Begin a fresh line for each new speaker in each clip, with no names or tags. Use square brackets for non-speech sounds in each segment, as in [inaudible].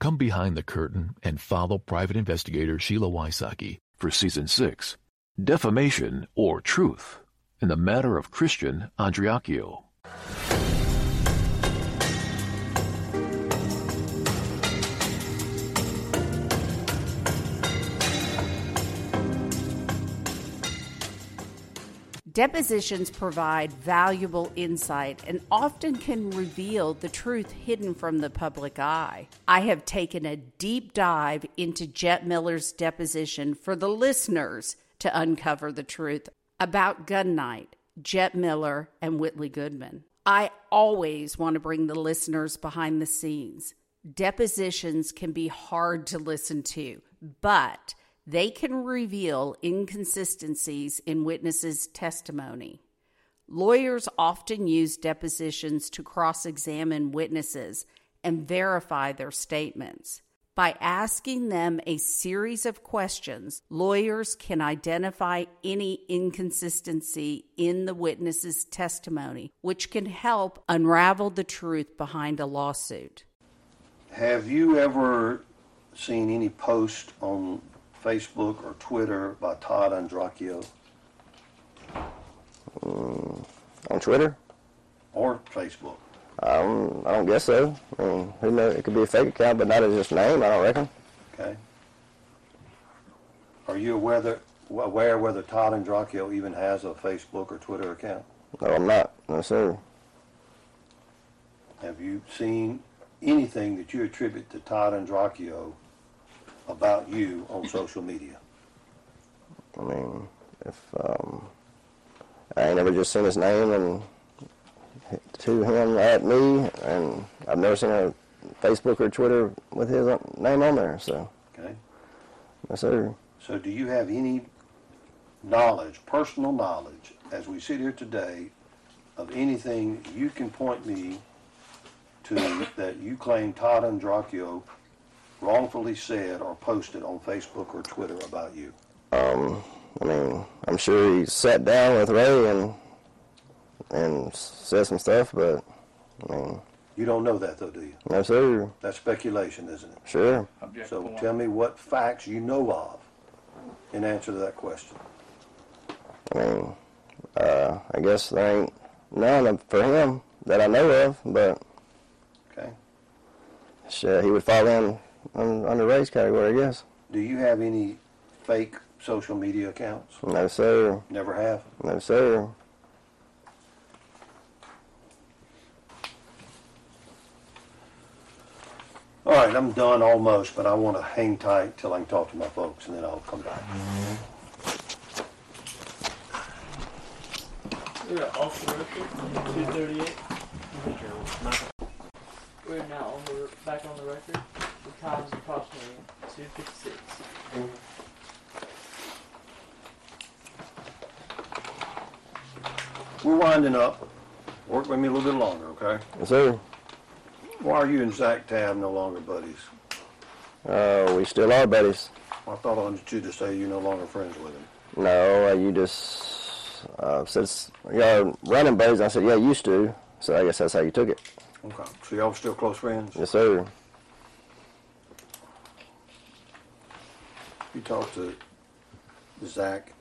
Come behind the curtain and follow private investigator Sheila Wysocki for season six, Defamation or Truth, in the matter of Christian Andriacchio.
Depositions provide valuable insight and often can reveal the truth hidden from the public eye. I have taken a deep dive into Jet Miller's deposition for the listeners to uncover the truth about gun night, Jet Miller, and Whitley Goodman. I always want to bring the listeners behind the scenes. Depositions can be hard to listen to, but they can reveal inconsistencies in witnesses' testimony. Lawyers often use depositions to cross examine witnesses and verify their statements. By asking them a series of questions, lawyers can identify any inconsistency in the witness's testimony, which can help unravel the truth behind a lawsuit.
Have you ever seen any post on Facebook or Twitter by Todd Andracchio
On Twitter?
or Facebook?
I don't, I don't guess so. I mean, who knows? It could be a fake account, but not as his name, I don't reckon.
Okay. Are you aware, that, aware whether Todd Andracchio even has a Facebook or Twitter account?
No, I'm not. No, sir.
Have you seen anything that you attribute to Todd Andracchio about you on social media?
I mean, if um, I ain't ever just seen his name and to him at me, and I've never seen a Facebook or Twitter with his uh, name on there. So,
Okay.
no, sir.
So do you have any knowledge, personal knowledge, as we sit here today, of anything you can point me to that you claim Todd Andracchio wrongfully said or posted on Facebook or Twitter about you?
Um, I mean, I'm sure he sat down with Ray and and said some stuff, but I mean,
You don't know that though, do you?
no, sir.
That's speculation, isn't it?
Sure.
So tell me what facts you know of in answer to that question.
I mean, uh, I guess there ain't none of- for him that I know of, but
Okay?
shit, he would fall in un- under race category, I guess.
Do you have any fake social media accounts?
No, sir.
Never have.
No, sir.
All right, I'm done almost, but I want to hang tight till I can talk to my folks, and then I'll come back.
We're off the record, two thirty-eight. We're now on the, back on the record. The time is approximately two fifty-six.
We're winding up. Work with me a little bit longer, okay?
Yes, sir.
Why are you and Zach Tab no longer buddies?
Uh, we still are buddies.
I thought I understood you to say you're no longer friends with him.
No, uh, you just uh, since y'all running buddies, I said, yeah, used to. So I guess that's how you took it.
Okay. So y'all still close friends?
Yes, sir.
You talked to Zach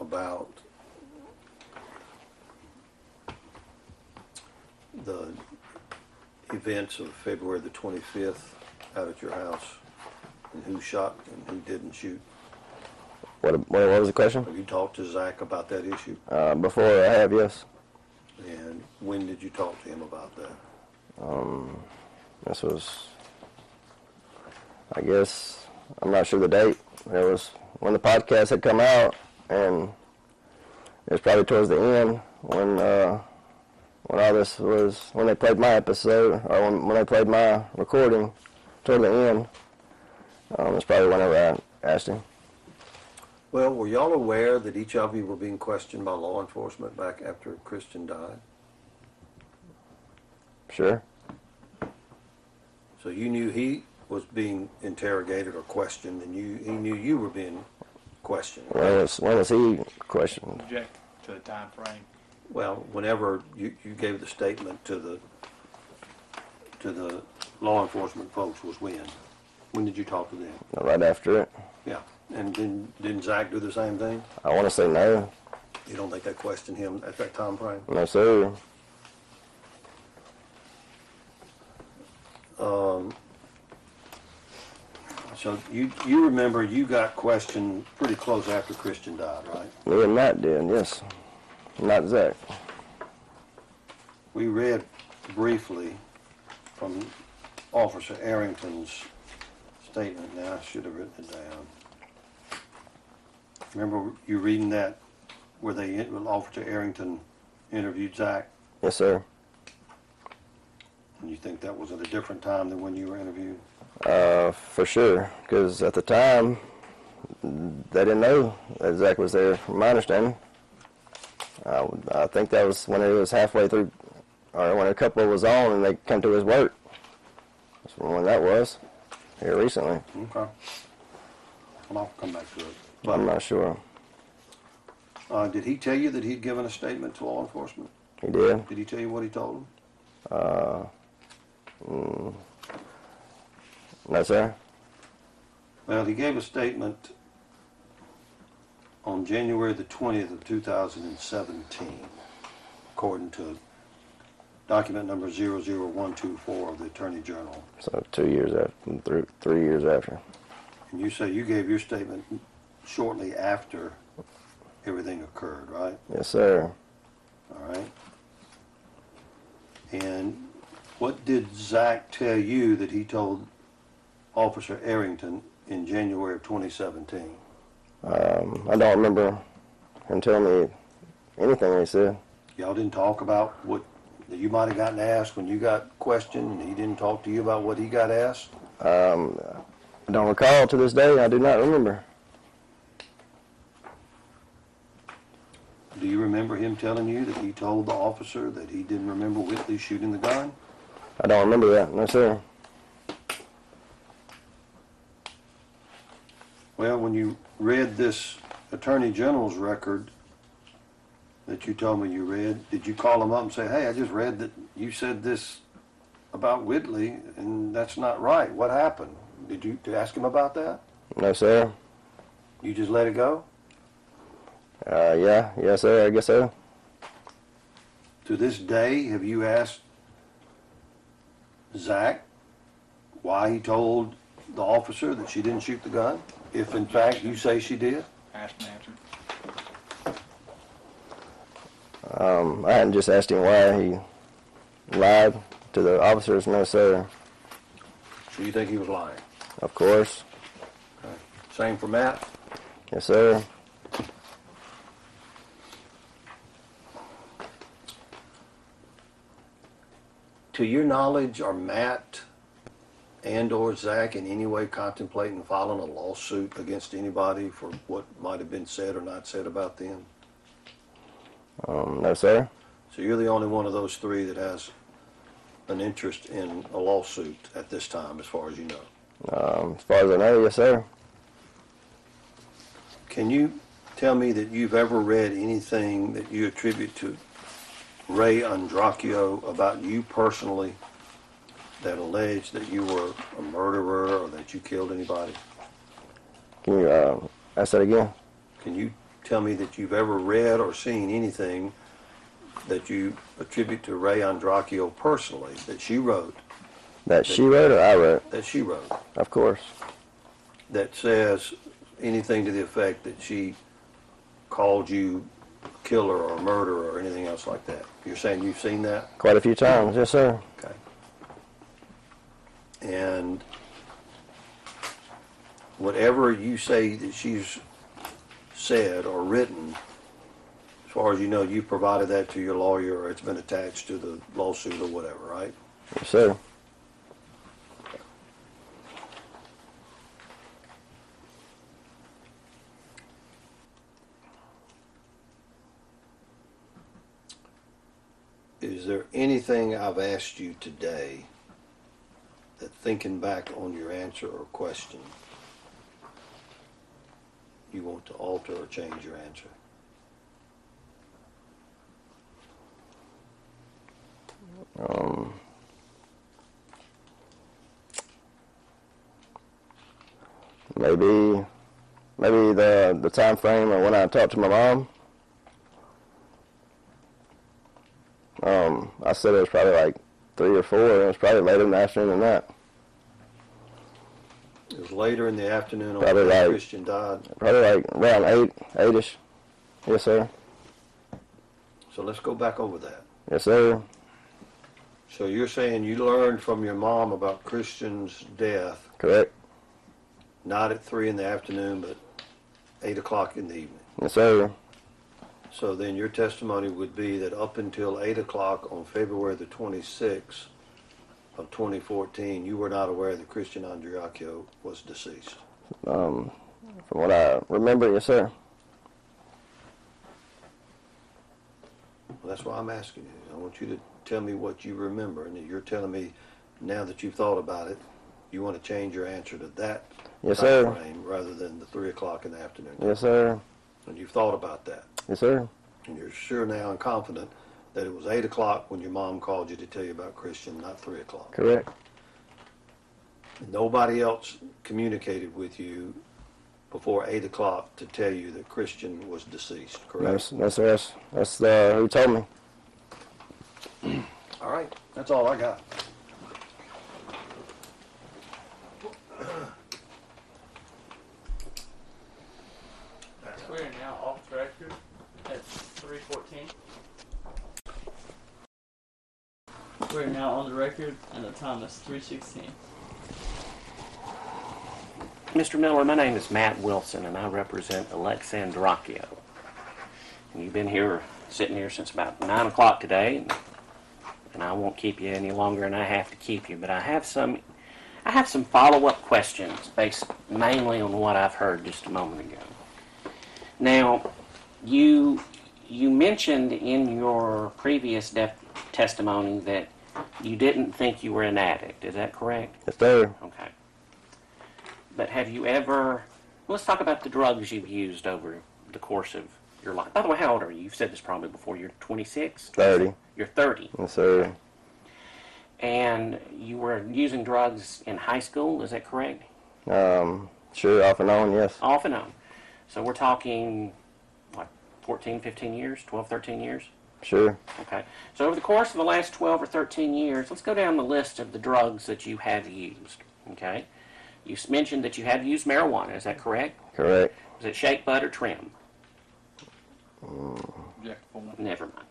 about the events of February the 25th out at your house and who shot and who didn't shoot.
What, what, what was the question?
Have you talked to Zach about that issue?
Uh, before I have, yes.
And when did you talk to him about that?
This was, I guess, I'm not sure the date. It was when the podcast had come out, and it was probably towards the end when uh, when all this was when they played my episode or when, when they played my recording toward the end. Um, it's probably whenever I asked him.
Well, were y'all aware that each of you were being questioned by law enforcement back after Christian died?
Sure.
So you knew he was being interrogated or questioned, and you he knew you were being questioned.
When was when was he questioned?
Object to the time frame.
Well, whenever you, you gave the statement to the to the law enforcement folks was when? When did you talk to them?
Right after it.
Yeah, and didn't, didn't Zach do the same thing?
I want to say no.
You don't think they questioned him at that time frame?
No, sir.
So you, you remember you got questioned pretty close after Christian died, right?
Me and Matt did, yes. Not Zach.
We read briefly from Officer Arrington's statement. Now, I should have written it down. Remember you reading that where they, when Officer Arrington interviewed Zach?
Yes, sir.
And you think that was at a different time than when you were interviewed?
Uh, for sure. Because at the time, they didn't know that Zach was there, from my understanding. I, would- I think that was when it was halfway through, or when a couple was on and they come to his work. That's when that was, here recently.
Okay. Well, I'll come back to it.
I'm
But
not sure.
uh, did he tell you that he'd given a statement to law enforcement?
He did.
Did he tell you what he told him?
No, sir.
Well, he gave a statement on January the 20th of 2017, according to document number 00124 of the Attorney General.
So two years after, three, three years after.
And you say you gave your statement shortly after everything occurred, right?
Yes, sir.
All right. And what did Zach tell you that he told Officer Arrington in January of 2017?
I don't remember him telling me anything he said.
Y'all didn't talk about what that you might have gotten asked when you got questioned, and he didn't talk to you about what he got asked.
I don't recall to this day. I do not remember.
Do you remember him telling you that he told the officer that he didn't remember Whitley shooting the gun?
I don't remember that. No, sir.
Well, when you read this Attorney General's record that you told me you read, did you call him up and say, hey, I just read that you said this about Whitley, and that's not right. What happened? Did you to ask him about that?
No, sir.
You just let it go?
Uh, yeah, yes, sir. I guess so.
To this day, have you asked Zach why he told the officer that she didn't shoot the gun? If in fact you say she did?
Ask and answer.
Um, I hadn't just asked him why he lied to the officers. No, sir.
So you think he was lying?
Of course.
Same for Matt?
Yes, sir.
To your knowledge, are Matt and or Zach in any way contemplating filing a lawsuit against anybody for what might have been said or not said about them?
Um, no, sir.
So you're the only one of those three that has an interest in a lawsuit at this time, as far as you know.
Um, as far as I know, yes, sir.
Can you tell me that you've ever read anything that you attribute to Ray Andracchio about you personally that alleged that you were a murderer or that you killed anybody?
Can you uh, ask that again?
Can you tell me that you've ever read or seen anything that you attribute to Ray Andracchio personally that she wrote,
That she wrote or I wrote?
that she wrote,
Of course.
that says anything to the effect that she called you a killer or a murderer or anything else like that? You're saying you've seen that?
Quite a few times. Yes, sir.
Okay. And whatever you say that she's said or written, as far as you know, you provided that to your lawyer or it's been attached to the lawsuit or whatever, right?
Yes, sir.
Is there anything I've asked you today that thinking back on your answer or question, you want to alter or change your answer?
Um, maybe maybe the the time frame or when I talked to my mom. Um, I said it was probably like three or four. and It was probably later in the afternoon than that.
It was later in the afternoon on
Probably
the day
like-
Christian died.
Probably like around eight, eight-ish. Yes, sir.
So let's go back over that.
Yes, sir.
So you're saying you learned from your mom about Christian's death,
Correct.
not at three in the afternoon, but eight o'clock in the evening.
Yes, sir.
So then your testimony would be that up until eight o'clock on February the twenty-sixth of twenty fourteen, you were not aware that Christian Andriacchio was deceased.
Um, from what I remember, yes, sir.
Well, that's why I'm asking you. I want you to tell me what you remember, and you're telling me now that you've thought about it, you want to change your answer to that
Yes, sir.
timeframe rather than the three o'clock in the afternoon.
Yes, sir.
And you've thought about that,
Yes, sir.
and you're sure now and confident that it was eight o'clock when your mom called you to tell you about Christian, not three o'clock.
Correct.
Nobody else communicated with you before eight o'clock to tell you that Christian was deceased,
No,
correct?
s- no, sir. That's, that's uh, who told me.
All right, that's all I got.
We are now off the record at 3:14. We are now on the record, and the time is 3:16.
Mr. Miller, my name is Matt Wilson, and I represent Alexandrocchio. And you've been here, sitting here since about 9 o'clock today, and- and I won't keep you any longer than I have to keep you, but I have some, I have some follow-up questions based mainly on what I've heard just a moment ago. Now, you, you mentioned in your previous def- testimony that you didn't think you were an addict, is that correct?
Yes, sir.
Okay. But have you ever? Let's talk about the drugs you've used over the course of your life. By the way, how old are you? You've said this probably before. You're 26.
30.
You're 30,
Yes, sir.
and you were using drugs in high school. Is that correct?
Um, sure, off and on, yes.
Off and on. So we're talking like 14, 15 years, 12, 13 years.
Sure.
Okay. So over the course of the last 12 or 13 years, let's go down the list of the drugs that you have used. Okay. You s- mentioned that you have used marijuana. Is that correct?
Correct.
Is it shake, bud, or trim?
Jack Pullman.
Never mind.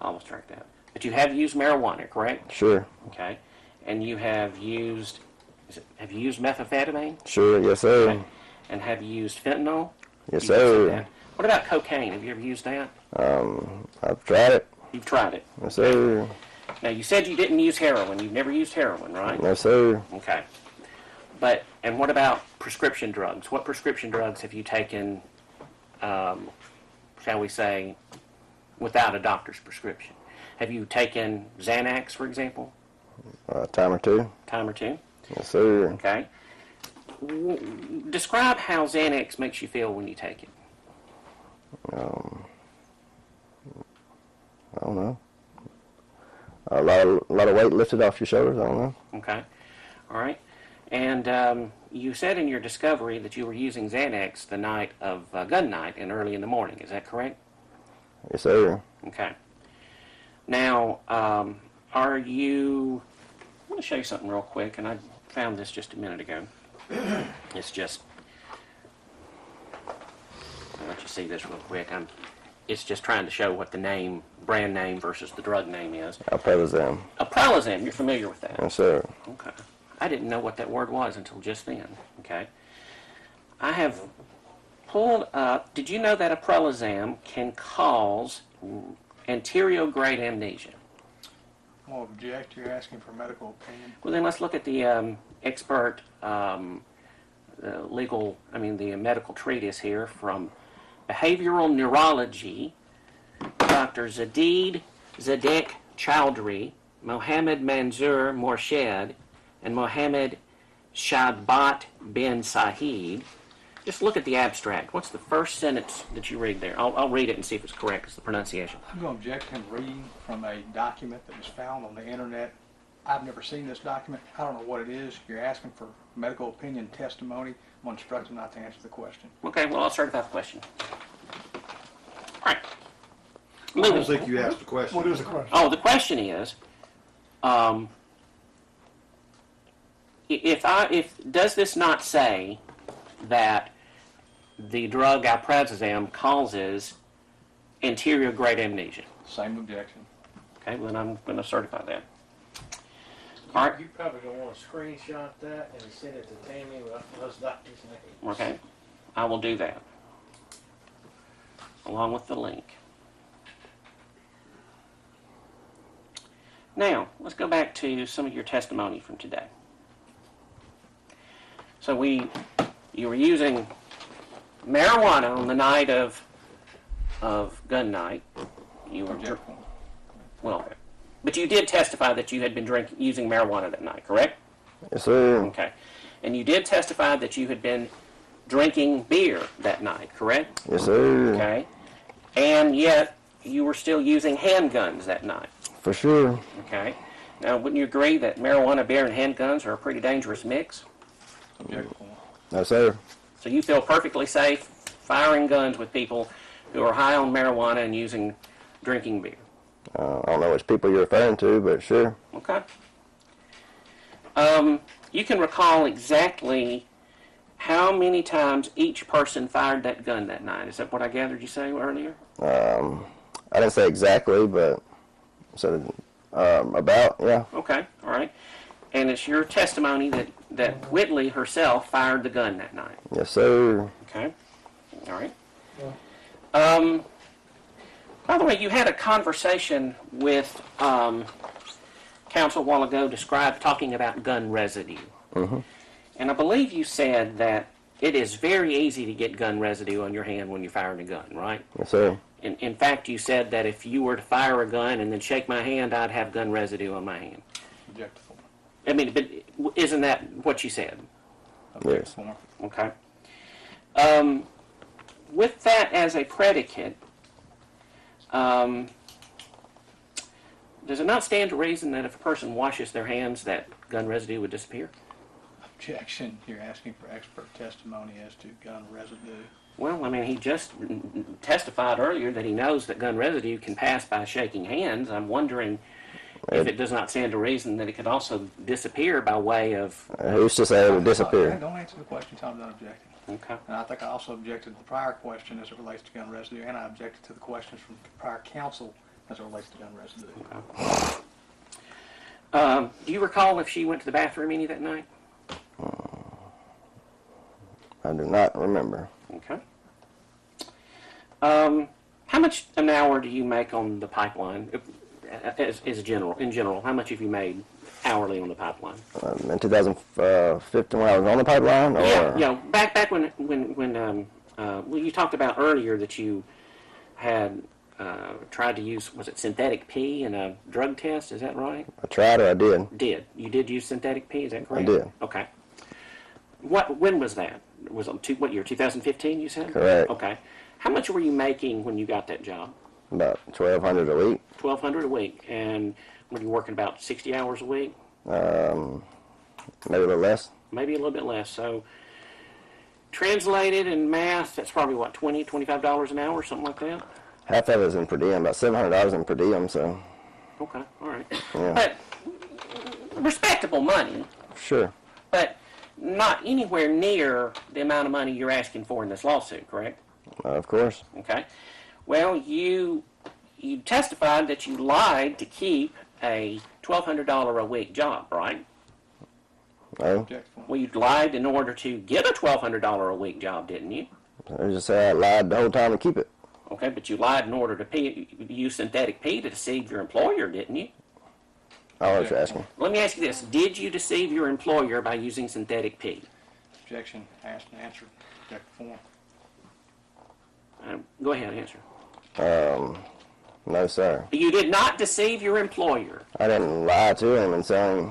I almost tracked that. But you have used marijuana, correct?
Sure.
Okay. And you have used, is it, have you used methamphetamine?
Sure. Yes, sir.
And have you used fentanyl?
Yes,
You said
sir.
that. What about cocaine? Have you ever used that?
Um, I've tried it.
You've tried it.
Yes, sir.
Now, you said you didn't use heroin. You've never used heroin, right?
Yes, sir.
Okay. But, and what about prescription drugs? What prescription drugs have you taken, um, shall we say, without a doctor's prescription? Have you taken Xanax, for example,
Uh, time or two.
time or two?
Yes, sir.
Okay. W- Describe how Xanax makes you feel when you take it.
I don't know. A lot, of, a lot of weight lifted off your shoulders. I don't know.
Okay. All right. And um, you said in your discovery that you were using Xanax the night of uh, gun night and early in the morning. Is that correct?
Yes, sir.
Okay. Now, um, are you? I want to show you something real quick, and I found this just a minute ago. [clears throat] it's just. I'll let you see this real quick. I'm. It's just trying to show what the name, brand name versus the drug name is.
I play with them.
Apralazam, you're familiar with that.
Yes, sir.
Okay. I didn't know what that word was until just then. Okay. I have pulled up. Did you know that aprelazam can cause anterior grade amnesia?
Well, object, you're asking for medical opinion.
Well, then let's look at the um, expert um, the legal, I mean, the medical treatise here from behavioral neurology, Dr. Zadid Zadek Chowdhury, Mohammed Manzoor Morshed, and Mohammed Shadbat bin Sahid. Just look at the abstract. What's the first sentence that you read there? I'll, I'll read it and see if it's correct. It's the pronunciation.
I'm going to object him reading from a document that was found on the internet I've never seen this document. I don't know what it is. You're asking for medical opinion testimony. I'm instructed not to answer the question.
Okay, well, I'll certify the question. All right.
I
Moving.
don't think you asked the question.
What is the question?
Oh, the question is, um, i- if I if does this not say that the drug alprazolam causes anterior grade amnesia?
Same objection.
Okay, well then I'm going to certify that. All right.
You probably don't want to screenshot that and send it to Tammy with those doctors' names.
Okay, I will do that. Along with the link. Now, let's go back to some of your testimony from today. So we, you were using marijuana on the night of, of gun night. You were, dr-
Objection.
well, but you did testify that you had been drinking, using marijuana that night, correct?
Yes, sir.
Okay. And you did testify that you had been drinking beer that night, correct?
Yes, sir.
Okay. And yet you were still using handguns that night,
For sure.
okay? Now, wouldn't you agree that marijuana, beer, and handguns are a pretty dangerous mix?
Objection.
No, sir.
So you feel perfectly safe firing guns with people who are high on marijuana and using drinking beer,
Uh, I don't know which people you're referring to, but sure.
okay? Um, you can recall exactly how many times each person fired that gun that night. Is that what I gathered you saying earlier?
I didn't say exactly, but so um, about yeah.
Okay, all right. And it's your testimony that, that Whitley herself fired the gun that night.
Yes, sir.
Okay, all right. Um, by the way, you had a conversation with um, counsel a while ago described talking about gun residue. And I believe you said that it is very easy to get gun residue on your hand when you're firing a gun, right?
Yes, sir.
In, in fact, you said that if you were to fire a gun and then shake my hand, I'd have gun residue on my hand.
Objection.
I mean, but isn't that what you said?
Yes.
Objection.
Okay. Um, with that as a predicate, um, does it not stand to reason that if a person washes their hands, that gun residue would disappear?
Objection. You're asking for expert testimony as to gun residue.
Well, I mean, he just testified earlier that he knows that gun residue can pass by shaking hands. I'm wondering if it does not stand to reason that it could also disappear by way of.
Uh, who's to say it'll
Okay,
disappear?
Don't answer the question, Tom, not objecting.
Okay.
And I think I also objected to the prior question as it relates to gun residue, and I objected to the questions from prior counsel as it relates to gun residue.
Um, do you recall if she went to the bathroom any that night?
I do not remember.
Okay. Um, how much an hour do you make on the pipeline? uh, As, as general, in general, how much have you made hourly on the pipeline?
Um, in 2015, when I was on the pipeline, or
yeah, yeah. Back back when when when um, uh, well, you talked about earlier that you had uh, tried to use was it synthetic pee in a drug test? Is that right?
I tried or I did.
Did you did use synthetic pee? Is that correct?
did.
Okay. What when was that? Was it two, what year? 2015. You said.
Correct.
Okay. How much were you making when you got that job?
About 1,200 a week.
1200 a week and when you're working about 60 hours a week
Um, maybe a little less.
maybe a little bit less so translated in math that's probably what 20 25 dollars an hour something like that
Half of it is in per diem, about $700 in per diem, so
okay all right
Yeah.
but respectable money
sure.
but not anywhere near the amount of money you're asking for in this lawsuit correct
Uh, of course.
Okay. Well, you you testified that you lied to keep a twelve hundred dollar a week job, right?
No.
Objection.
Well, you lied in order to get a twelve hundred dollar a week job, didn't you?
I just say I lied the whole time to keep it.
Okay, but you lied in order to pay, use synthetic pee to deceive your employer, didn't you?
I was asking.
Let me ask you this: Did you deceive your employer by using synthetic pee?
Objection, asked and answered. Objective form.
Um, go ahead, answer.
Um, No, sir.
You did not deceive your employer.
I didn't lie to him and tell him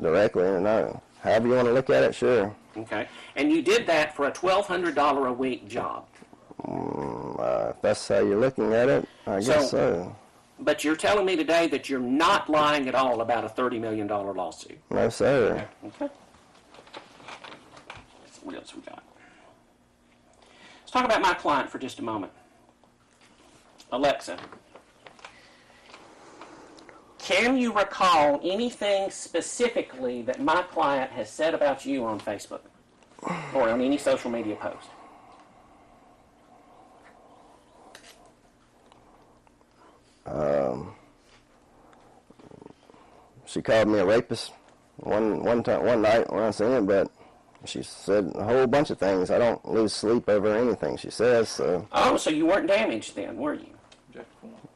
directly. No. However you want to look at it, sure.
Okay, and you did that for a twelve hundred dollar a week job.
Uh, if that's how you're looking at it, I guess so.
But you're telling me today that you're not lying at all about a $30 million lawsuit.
No, sir.
Okay. What else we got? Let's talk about my client for just a moment. Alexa, can you recall anything specifically that my client has said about you on Facebook or on any social media post?
Um, she called me a rapist one one time one night when I seen it, but she said a whole bunch of things. I don't lose sleep over anything she says. So
Oh, so you weren't damaged then, were you?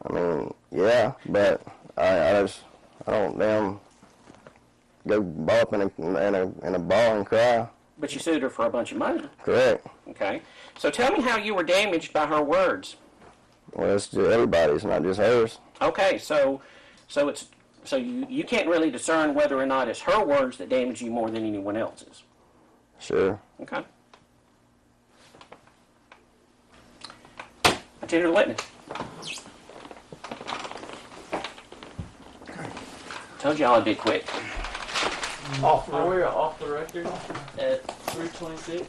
I mean, yeah, but I, I just I don't damn go ball up in a in a in a ball and cry.
But you sued her for a bunch of money.
Correct.
Okay. So tell me how you were damaged by her words.
Well, it's just everybody's, not just hers.
Okay, so so it's so you, you can't really discern whether or not it's her words that damage you more than anyone else's.
Sure.
Okay. Attended witness. Told y'all I'd be quick.
Off, we're off the record at 326.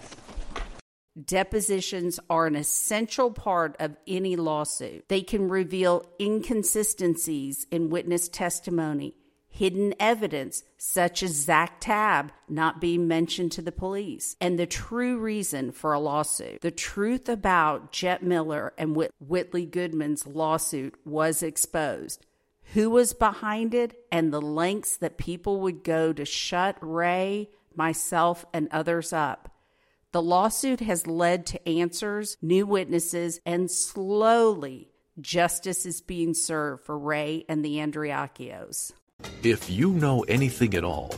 Depositions are an essential part of any lawsuit. They can reveal inconsistencies in witness testimony, hidden evidence, such as Zach Tab not being mentioned to the police, and the true reason for a lawsuit. The truth about Jet Miller and Whit- Whitley Goodman's lawsuit was exposed. Who was behind it, and the lengths that people would go to shut Ray, myself, and others up. The lawsuit has led to answers, new witnesses, and slowly justice is being served for Ray and the Andriakios.
If you know anything at all,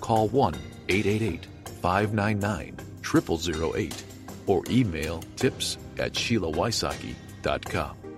call 1 888 599 0008 or email tips at SheilaWysocki.com.